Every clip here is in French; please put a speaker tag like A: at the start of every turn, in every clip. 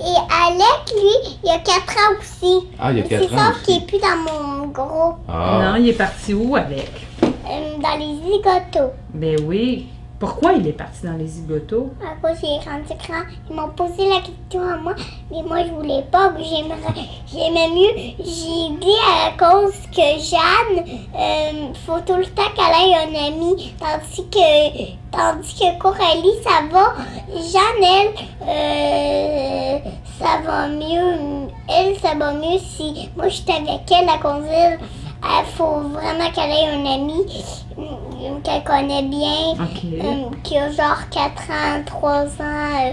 A: Et Alec, lui, il a 4 ans aussi.
B: Ah, il y a
A: C'est
B: quatre ans.
A: sauf
B: aussi.
A: qu'il n'est plus dans mon groupe,
B: Ah,
C: Non, il est parti où avec?
A: euh, dans les zigotos.
C: Ben oui. Pourquoi il est parti dans les zigotos?
A: À cause des rendu grand, ils m'ont posé la question à moi, mais moi je voulais pas, puis j'aimerais- j'aimais mieux. J'ai dit à cause que Jeanne, euh, faut tout le temps qu'elle ait un ami, tandis que, tandis que Coralie, ça va. Jeanne, elle, euh, ça va mieux. Elle, ça va mieux si moi je suis avec elle à conduire. Il faut vraiment qu'elle ait un ami euh, qu'elle connaît bien.
C: OK.
A: Euh, qui a genre 4 ans, 3 ans. euh,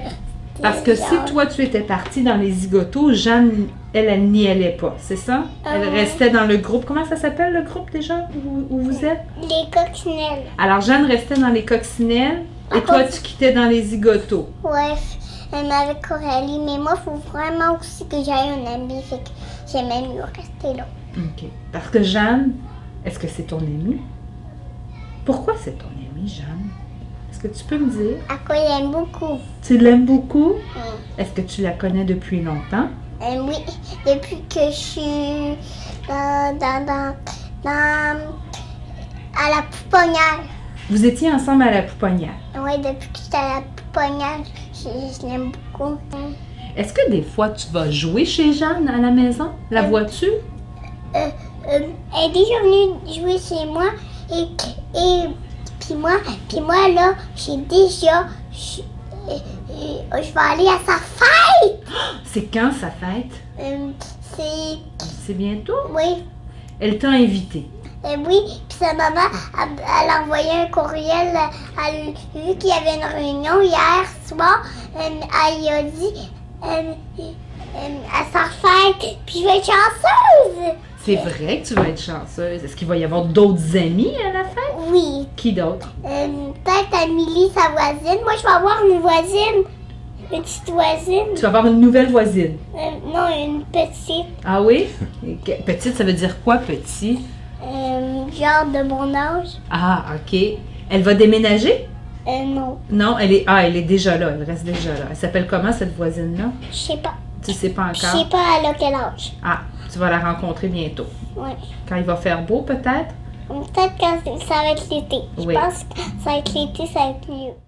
C: Parce que
A: euh,
C: si toi, tu étais parti dans les zigotos, Jeanne, elle, elle n'y allait pas, c'est ça? Elle
A: Euh.
C: restait dans le groupe. Comment ça s'appelle le groupe déjà où, où vous êtes?
A: Les coccinelles.
C: Alors, Jeanne restait dans les coccinelles et
A: Ah,
C: toi,
A: oui.
C: tu quittais dans les zigotos.
A: Ouais, même avec Coralie. Mais moi, faut vraiment aussi que j'aille un ami. Fait que j'aimais mieux rester là.
C: OK. Parce que Jeanne, est-ce que c'est ton amie? Pourquoi c'est ton amie, Jeanne? Est-ce que tu peux me dire?
A: À quoi il aime beaucoup.
C: Tu l'aimes beaucoup?
A: Hum,
C: Est-ce que tu la connais depuis longtemps?
A: euh, oui, depuis que je suis dans, dans, dans, dans- à la pouponnière.
C: Vous étiez ensemble à la pouponnière.
A: Ouais, depuis que j'étais à la pouponnière, je, je l'aime beaucoup. Hum.
C: Est-ce que des fois tu vas jouer chez Jeanne à la maison? La
A: Euh,
C: vois-tu?
A: Euh, elle est déjà venue jouer chez moi et, et puis moi puis moi là j'ai déjà je euh, euh, je vais aller à sa fête
C: C'est quand sa fête?
A: Euh, c'est
C: C'est bientôt?
A: oui
C: Elle t'a invité.
A: euh, oui puis sa maman elle, elle a envoyé un courriel à lui vu qu'il y avait une réunion hier soir euh, elle lui a dit euh, euh, à sa fête puis je vais être chanceuse
C: C'est vrai que tu vas être chanceuse. Est-ce qu'il va y avoir d'autres amis à la fête?
A: oui
C: Qui d'autre?
A: Euh, Peut-être Amélie, sa voisine. Moi, je vais avoir une voisine. Une petite voisine.
C: Tu vas avoir une nouvelle voisine.
A: Euh, non, une petite.
C: Ah oui? Et que- Petite, ça veut dire quoi, petit?
A: Euh, genre de mon âge.
C: Ah, OK. Elle va déménager?
A: Euh, non,
C: Non, elle est. Ah, elle est déjà là. Elle reste déjà là. Elle s'appelle comment cette voisine-là?
A: je sais pas.
C: Tu sais pas
A: Je sais
C: encore.
A: pas à là, quel âge.
C: Ah, tu vas la rencontrer bientôt.
A: Ouais.
C: Quand il va faire beau, peut-être?
A: Peut-être quand ça va être l'été. Je
C: Oui.
A: pense que ça va être l'été, ça va être mieux.